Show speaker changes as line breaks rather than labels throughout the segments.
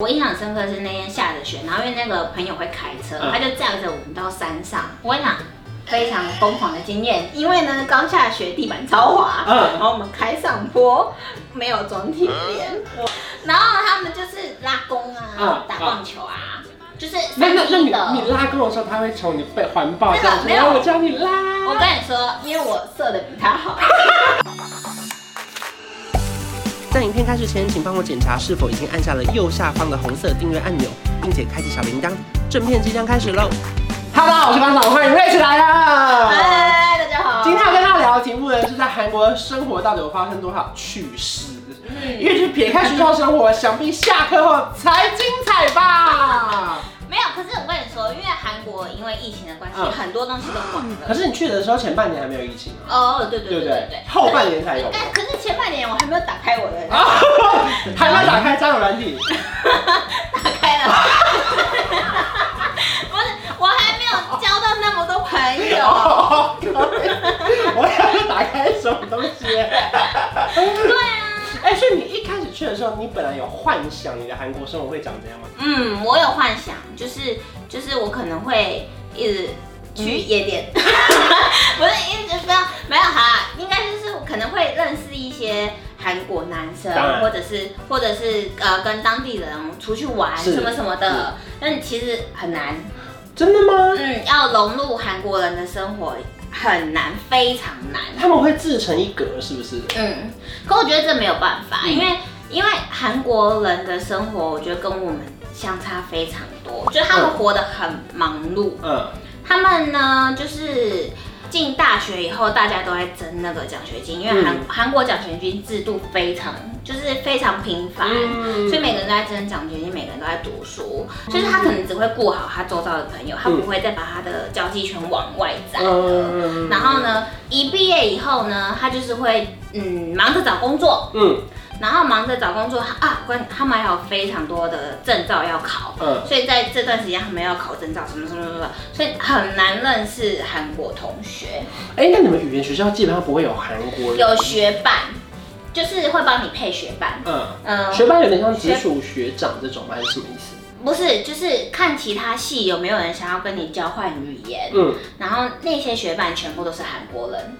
我印象很深刻是那天下着雪，然后因为那个朋友会开车，
嗯
他就载着我们到山上。我跟你讲，非常疯狂的经验，因为呢刚下雪，地板超滑，
嗯
然后我们开上坡，没有装铁链，然后他们就是拉弓啊，
嗯
打棒球啊，就是
那
三
那那
D
你
的。
你拉钩的时候，他会从你背环抱这样子，
没有
然后我教你拉。
我跟你说，因为我射的比他好。
嗯
在影片开始前，请帮我检查是否已经按下了右下方的红色订阅按钮，并且开启小铃铛。正片即将开始喽！
Hello，我是班长，欢迎瑞起来了。
嗨，大家好。
今天要跟大家聊的题目呢，是在韩国生活到底有发生多少趣事？
嗯
因为就是撇开学校生活，想必下课后才精彩吧。
没有，可是我跟你说，因为韩国因为疫情的关系，
嗯
很多东西都关了
可。是你去的时候前半年还没有疫情啊，
哦，对对对
对不
对
对
对？。
后半年才有。
但可是前半年我还没有打开我的，
啊， 还没打开交友软体，
打开了， 不是，我还没有交到那么多朋友。
哦我想说打开什么东西？
对啊，
哎、所以你一开始去的时候，你本来有幻想你的韩国生活会长怎样吗？
嗯，我有幻想，就是就是我可能会一直
嗯
去夜店， 不是一直没有没有哈，应该就是我可能会认识一些。韩国男生
当，然
或者是或者是呃，跟当地人出去玩
是
什么什么的，但其实很难，
真的吗？
嗯，要融入韩国人的生活很难，非常难。
他们会自成一格，是不是？
嗯，可我觉得这没有办法，
嗯
因为因为韩国人的生活，我觉得跟我们相差非常多，就是他们活得很忙碌。
嗯，
他们呢，就是进大学以后，大家都在争那个奖学金，因为韩
嗯
韩、国奖学金制度非常就是非常频繁。
嗯
所以每个人都在争奖学金，每个人都在读书，就是他可能只会顾好他周遭的朋友，他不会再把他的交际圈往外展。
嗯
然后？呢，一毕业以后呢，他就是会嗯忙着找工作，
嗯
然后忙着找工作他啊，关他们还有非常多的证照要考，
嗯，
所以在这段时间他们要考证照什么什么什么的，所以很难认识韩国同学。
哎、那你们语言学校基本上不会有韩国人？
有学伴，就是会帮你配学伴，
嗯，
嗯、
学霸有点像直属学长这种吗？还是什么意思？
不是，就是看其他系有没有人想要跟你交换语言，
嗯，
然后那些学伴全部都是韩国人。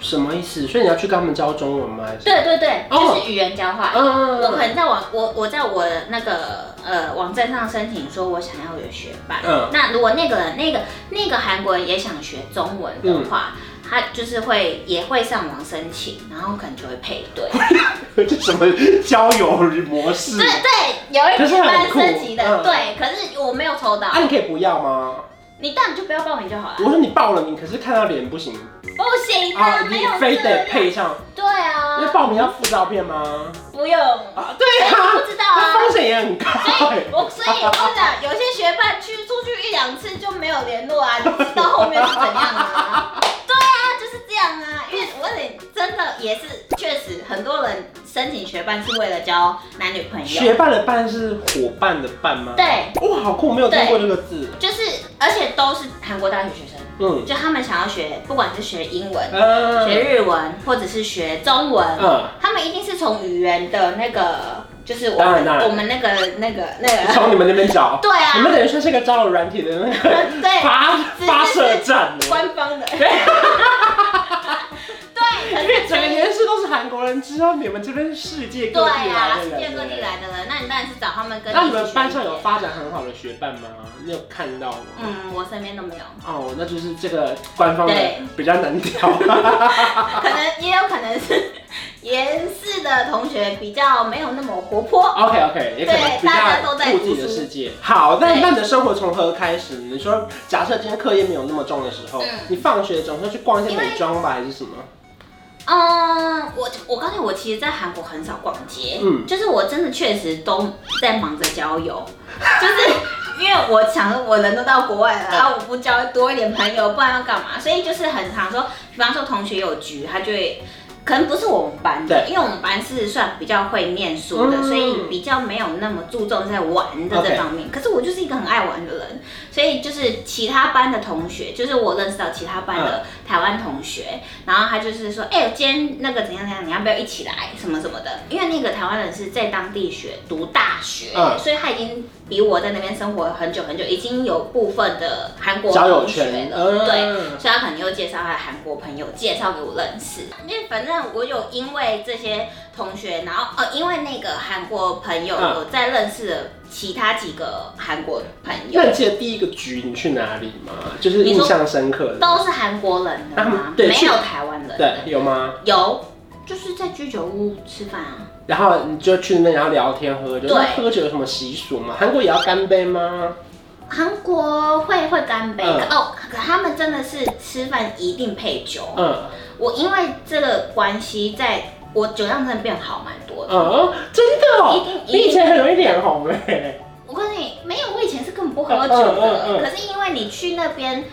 什么意思？所以你要去跟他们教中文吗？还是，
对对对，
哦
就是语言交换。
嗯
我可能在网我我在我的那个呃网站上申请说，我想要有学伴。
嗯
那如果那个人那个那个韩国人也想学中文的
嗯
话，他就是会也会上网申请，然后可能就会配对。
这什么交友模式？
对对，有一
可是
点
很
半
酷
升级的，
嗯
对。可是我没有抽到，
啊，你可以不要吗？
你当然就不要报名就好了
我。说你报了名，可是看到脸不行
不行
啊，
啊，没
你
有
非
这样
得。配上，
对啊
因为，报名要附照片吗？
不用。
啊，对
哎我
啊，
不知道啊
那。风险也很高
所
哎
以。我所以我跟你讲，有些学伴去出去一两次就没有联络啊，你知道后面是怎样啊？对啊，就是这样啊。因为我得真的也是，确实很多人申请学伴是为了交男女朋友。
学伴的伴是伙伴的伴吗？
对，
哇，好酷，没有听过这个字。
就是而且都是韩国大学学生，
嗯，
就他们想要学，不管是学英文、学
嗯，
日文，或者是学中文，
嗯，
他们一定是从语言的那个，就是我
当
们
然当然
我们那个那个那个，
从你们那边找，
对啊
你， 们等于说是个交友软体的那个
对。
发
只是
发射站耶，
官方的。
对
对，
因为整个
对
延世都是韩国人，知道你们这边世界各地
呀
来，的
啊世
人，
界各地。来的人，那你当然是找他们跟。
那你们班上有？发展很好的学伴吗？你有看到吗？
嗯，我身边都没有，
哦，那就是这个官方的
对
比较难 调。哦
可能也有可能是 严氏的同学比较没有那么活泼。
OK OK，也可能比
对大家都在
较顾自己的世界。好，那
对
那你的生活从何开始？你说，假设今天课业没有那么重的时候
嗯，
你放学总是去逛一些
因为
美妆吧，还是什么？
嗯，我我告诉你，我其实在韩国很少逛街，
嗯
就是我真的确实都在忙着交友， 就是。因为我想说，我人都到国外了，然后我不交多一点朋友，不然要干嘛？所以就是很常说，比方说同学有局，他就会可能不是我们班的，
对
因为我们班是算比较会念书的，
嗯
所以比较没有那么注重在玩的这
OK
方面。可是我就是一个很爱玩的人，所以就是其他班的同学，就是我认识到其他班
嗯
的台湾同学，然后他就是说，哎、今天那个怎样怎样，你要不要一起来什么什么的？因为那个台湾人是在当地学读大学，
嗯
所以他已经比我在那边生活很久很久，已经有部分的韩国
交友
同学
圈
了，
嗯
对。所以他可能又介绍他的韩国朋友，介绍给我认识。因为反正我有因为这些同学，然后呃，因为那个韩国朋友，
嗯
我再认识了其他几个韩国朋友
那，你记得第一个局你去哪里吗？就是印象深刻的。
都是韩国人的吗
嗯？对
没
去
有台湾人的，
对，有吗？
有就是在居酒屋吃饭啊。
然后你就去那边，然后聊天喝酒。
对
那喝酒有什么习俗吗？韩国也要干杯吗？
韩国会会干杯、
嗯
可哦，可他们真的是吃饭一定配酒。
嗯
我因为这个关系，在我酒量真的变好蛮多的。
嗯，真的哦，
一定
你以前很容易脸红哎。
我告诉你，没有，我以前是根本不喝酒的，
嗯嗯嗯
可是因为你去那边，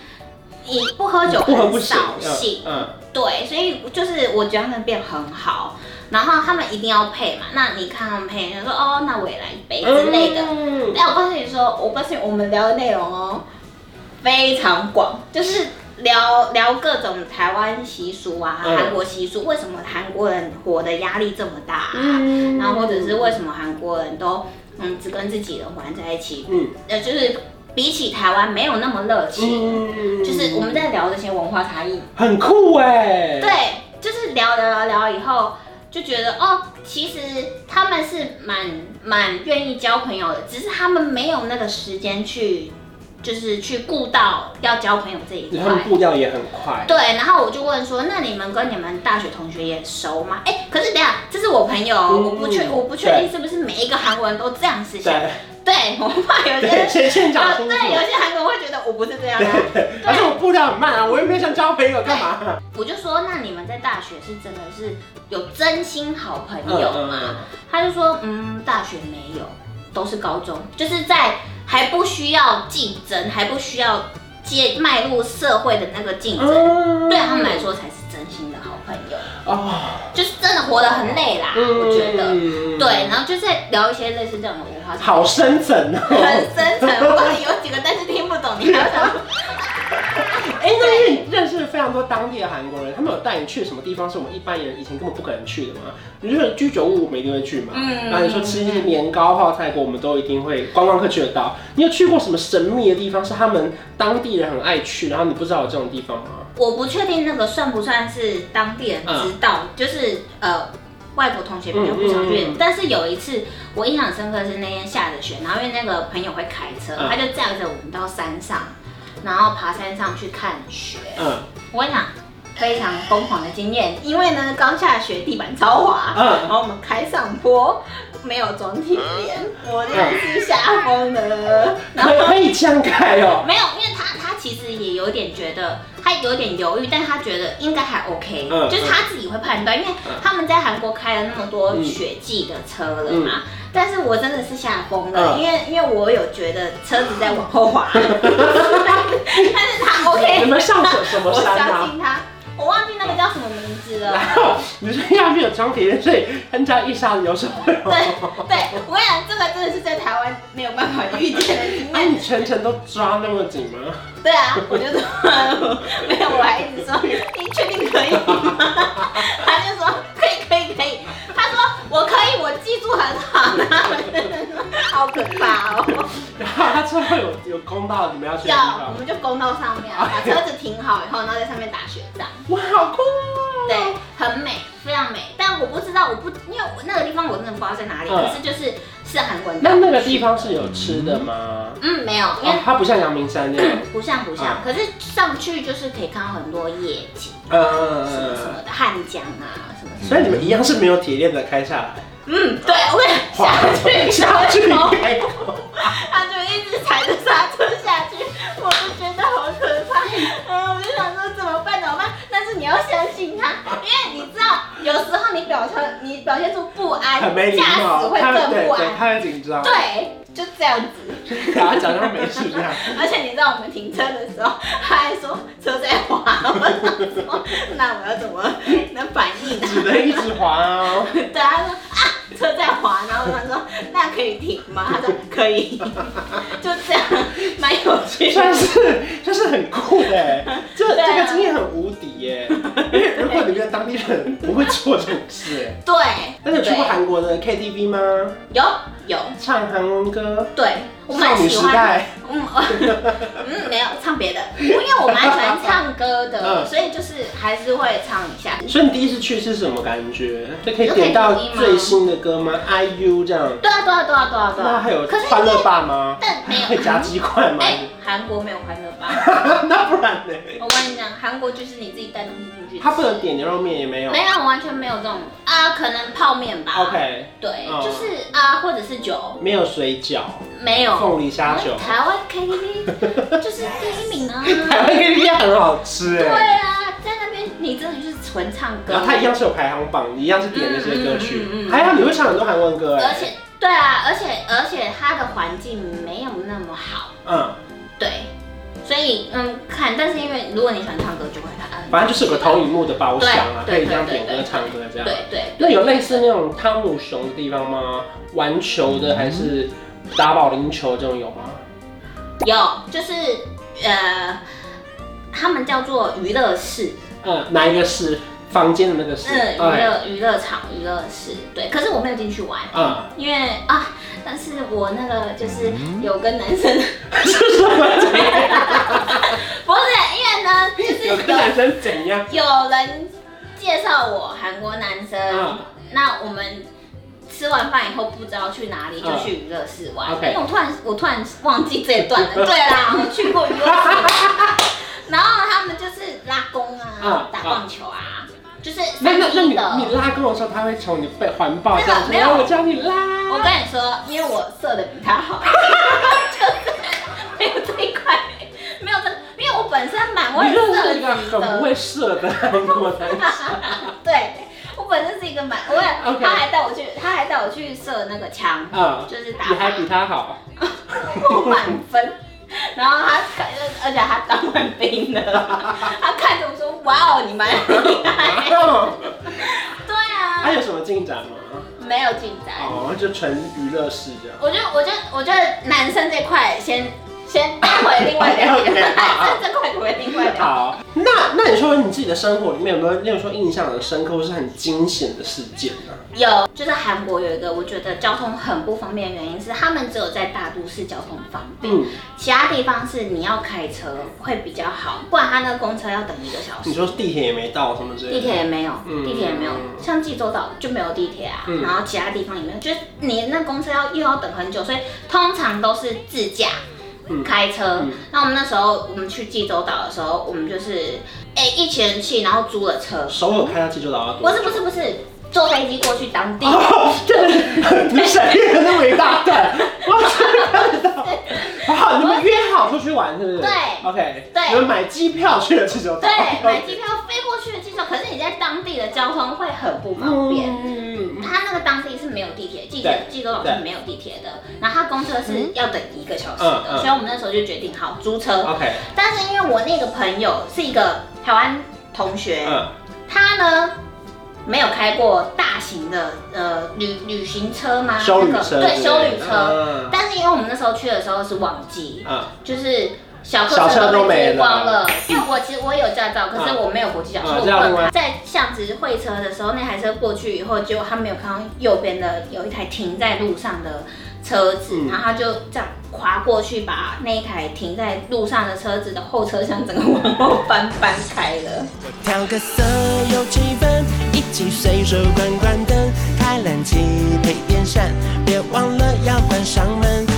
你不喝酒
不喝不
很
行
扫。
嗯
兴，
嗯，
对，所以就是我觉得他们变很好，然后他们一定要配嘛，那你看他们配，你就说哦，那我也来一杯之类的。
嗯
但我告诉你说，我告诉你，我们聊的内容哦，非常广，就是聊聊各种台湾习俗啊，
嗯
韩国习俗，为什么韩国人活的压力这么大、啊？
嗯
然后或者是为什么韩国人都嗯只跟自己人玩在一起，
嗯
呃，就是比起台湾没有那么热情，
嗯
就是我们在聊这些文化差异，
很酷哎。
对，就是聊聊聊聊以后。就觉得哦，其实他们是蛮蛮愿意交朋友的，只是他们没有那个时间去，就是去顾到要交朋友这一块。
他们步调也很快。
对，然后我就问说，那你们跟你们大学同学也熟吗？哎、可是等一下，这是我朋友哦，
嗯
我不确我不确定是不是每一个韩国人都这样思想。
对
对，我怕有
对，
些。
先 先
啊，
讲
对，
清楚。
有些韩国人会觉得我不是这样啊。
而且我步调很慢啊，我又没想交朋友干嘛？
我就说，那你们在大学是真的是有真心好朋友
嗯
吗？他就说，嗯，大学没有，都是高中，就是在还不需要竞争，还不需要接迈入社会的那个竞争，
嗯
对他们来说才是真心的好朋友。
哦，
就是真的活得很累
嗯
啦，我觉得。对，然后就在聊一些类似这种的文化差异，
好深沉
很
哦。
深沉。我告诉你有几个，但是听不懂，你还要想。
哎，那因为你认识了非常多当地的韩国人，他们有带你去什么地方是我们一般人以前根本不可能去的吗？你说居酒屋我们一定会去嘛，
嗯
然后你说吃年糕、泡菜锅，我们都一定会观光客去得到。你有去过什么神秘的地方是他们当地人很爱去，然后你不知道有这种地方吗？
我不确定那个算不算是当地人知道，就是呃。外国同学比较不常去，
嗯嗯嗯嗯
但是有一次我印象很深刻是那天下着雪，然后因为那个朋友会开车，
嗯
他就载着我们到山上，然后爬山上去看雪。
嗯
我跟你讲，非常疯狂的经验，因为呢刚下雪，地板超滑，
嗯
然后我们开上坡，没有装体帘，
嗯
我真的是吓疯了。然
可以 可以这样改 哦。
没有，因为他他其实也有点觉得，他有点犹豫，但他觉得应该还 OK，、
嗯
就是他自己会判断，因为他们在韩国开了那么多雪季的车了嘛。但是我真的是吓疯了，
嗯
因为因为我有觉得车子在往后滑，但是他 OK，
你们上什什么
我
山啊
相？信他，我忘记那个叫什么名字了。
然后你说要没有装体验，所以人家一下子有什么 用？
对对，我跟你讲，这个真的是在台湾没有办法遇见的经
那
验。
你全程都抓那么紧吗？
对啊，我就说 没有，我还一直说你确定可以吗？ 他就说可以可以可以，他说我可以，我技术很好呢， 好可怕哦。
然后他最后有有公道，你们要去的
要
地方
我们就攻到上面 啊，把车子停好以后，然后在上面打雪仗。
哇，好酷哦！
对，很美，非常美。但我不知道，我不因为我那个地方我真的不知道在哪里，
嗯
可是就是是韩国人。
那那个地方是有吃的吗？
嗯没有，因为
哦，它嗯不像阳明山那样。
不像不像，可是上去就是可以看到很多夜景，什么什么
呃，
的汉江啊什么什么。
所以你们一样是没有体验的开下来，
嗯，对，我也下去，
下去
然后
开口。
他就一直踩着刹车下去，我就觉得好可怕。嗯，我就想说怎么办怎么办？但是你要相信他，因为你知道有时候你表现你表现出不安，
很没礼
吓死
貌，
哎会
他
更
对
不
对，
安。
他很紧张，
对，就这样子。
然后假装没事这样。
而且你知道我们停车的时候，他还说车在滑，我想说那我要怎么能反应
只
呢、
能一直滑啊！
对，他说啊车在滑，然后他说那可以停吗？他说可以， 就这样，蛮有趣的。
算是算是很酷哎、这
对啊
这个经验很无敌耶、因为如果你跟当地人不会做这种事哎、
对，
那你有去过
对
韩国的 KTV 吗？
有有，
唱韩文歌，
对我蛮
少女
喜
时
欢的。
代，
嗯， 呃嗯，没有唱别的，因为我蛮喜欢唱歌的，
嗯
所以就是还是会唱一下。
所以你第一次去是什么感觉？就可以
有
点到
KTV 吗
最新的歌吗？IU 这样？
对啊，对啊，对啊，对啊，对
那
啊。
还有
可是
欢乐霸吗？
但没
会
有
夹鸡块吗？
哎，韩国没有欢乐吧？
那不然呢？
我跟你讲，韩国就是你自己带东西进去吃，
他不能点牛肉面也没有。
没有完全没有这种啊，可能泡面
哦
吧。
OK，
对，
嗯
就是啊，或者是酒，
没有水饺，
没有。
凤梨虾
我
酒
们。台湾 KTV 就是第一名
台
啊。
湾 KTV 很好吃
对
哎，
啊，在那边你真的就是纯唱歌
然后，它一样是有排行榜，你一样是点那些歌
嗯
曲
嗯嗯嗯，嗯
还好你会唱很多韩文歌
而
哎，
且对啊，而且而且它的环境没有那么好，
嗯，
对，所以嗯看，但是因为如果你喜欢唱歌，就会看。嗯
反正就是有个投影幕的包厢啊，
对
可
对
以这样
对
点歌
对
唱歌这样。
对对，
那有类似那种汤姆熊的地方吗？玩球的还是打保龄球这种有吗？
有就是呃，他们叫做娱乐室，
嗯，哪一个是房间的那个是？
嗯，娱
哎
乐娱乐场、娱乐室，对。可是我没有进去玩，
嗯，
因为啊，但是我那个就是有跟男生，
是什么？
不是因为呢，就是
有跟男生怎样？
有人介绍我韩国男生，
嗯
那我们。吃完饭以后不知道去哪里，就
嗯
去娱乐室玩。因
OK
为我突然我突然忘记这一段 了。对啦，我去过娱乐室，然后他们就是拉弓啊，
嗯
打棒球啊，就是
那
三
那那
D
你
的。
你拉弓的时候，他会从你背环抱这样子，
没有
然后我教你
我
拉。
跟你说，因为我射的比他 好，没有这一块，没有这，因为我本身蛮会
你认识一个
射击
很不
的，
会射的韩国男生，
对，我本身是一个蛮，我也
OK
他还带我去，他还带我去射那个枪，
嗯，
就是打
你还比他好。
我满分。然后他看，而且他当完兵 了，他看着我说：“哇哦，你蛮厉 害。
嗯”
对啊
他，有什么进展吗？
没有进展。
哦，就纯娱乐式这样。
我觉得，我觉得，我觉得男生这块先先待会另外 聊
哦 OK，
男
好
生这块可不可以另外聊？
好，那那你说你自己的生活里面有没有，例如说印象很深刻或是很惊险的事件啊呢、
有，就是韩国有一个我觉得交通很不方便的原因是，他们只有在大都市交通方便，
嗯，
其他地方是你要开车会比较好，不然他那个公车要等一个小
你
时。
说地铁也没到什么之类的，
地铁也没有，
嗯
地铁也没有，像济州岛就没有地铁啊，
嗯
然后其他地方也没有，就是你那公车要又要等很久，所以通常都是自驾
嗯
开车
嗯。
那我们那时候我们去济州岛的时候，我们就是哎、一起人去，然后租了车，
首尔开到济州岛要
不
多
是
久？
不 是不是，坐飞机过去当地，
哦，对对对，你省略了那么一大 段，我真的看得到。好，你们约好出去玩是不是？
对
，OK，
对
你们买机票去了济州岛，
对，买机票飞过去的济州，可是你在当地的交通会很不方便。
嗯，
它那个当地是没有地铁，济州
对嗯
济州岛是没有地铁的，然后它公车是要等一个小时
嗯嗯嗯
的，所以我们那时候就决定好租车。
OK，
但是因为我那个朋友是一个台湾同学，
嗯，
他呢没有开过大型的呃旅旅行车吗？
修
啊
旅
那个
车之类的，
对修旅车。
嗯，
但是因为我们那时候去的时候是旺季，
嗯，
就是小
小
客
车
车
都
都
没
被
了
租光了。因为我其实我有驾照，可是
嗯
我没有国际驾，
嗯
所以我
这样
不能
另
开。
外
在巷子会车的时候，那台车过去以后，结果他没有看到右边的有一台停在路上的车子，
嗯
然后他就这样滑过去，把那一台停在路上的车子的后车厢整个往后翻翻开了。
调个色有气氛，一起随手关关灯，开冷气配电扇，别忘了要关上门。